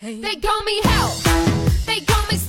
They call me hell. They call me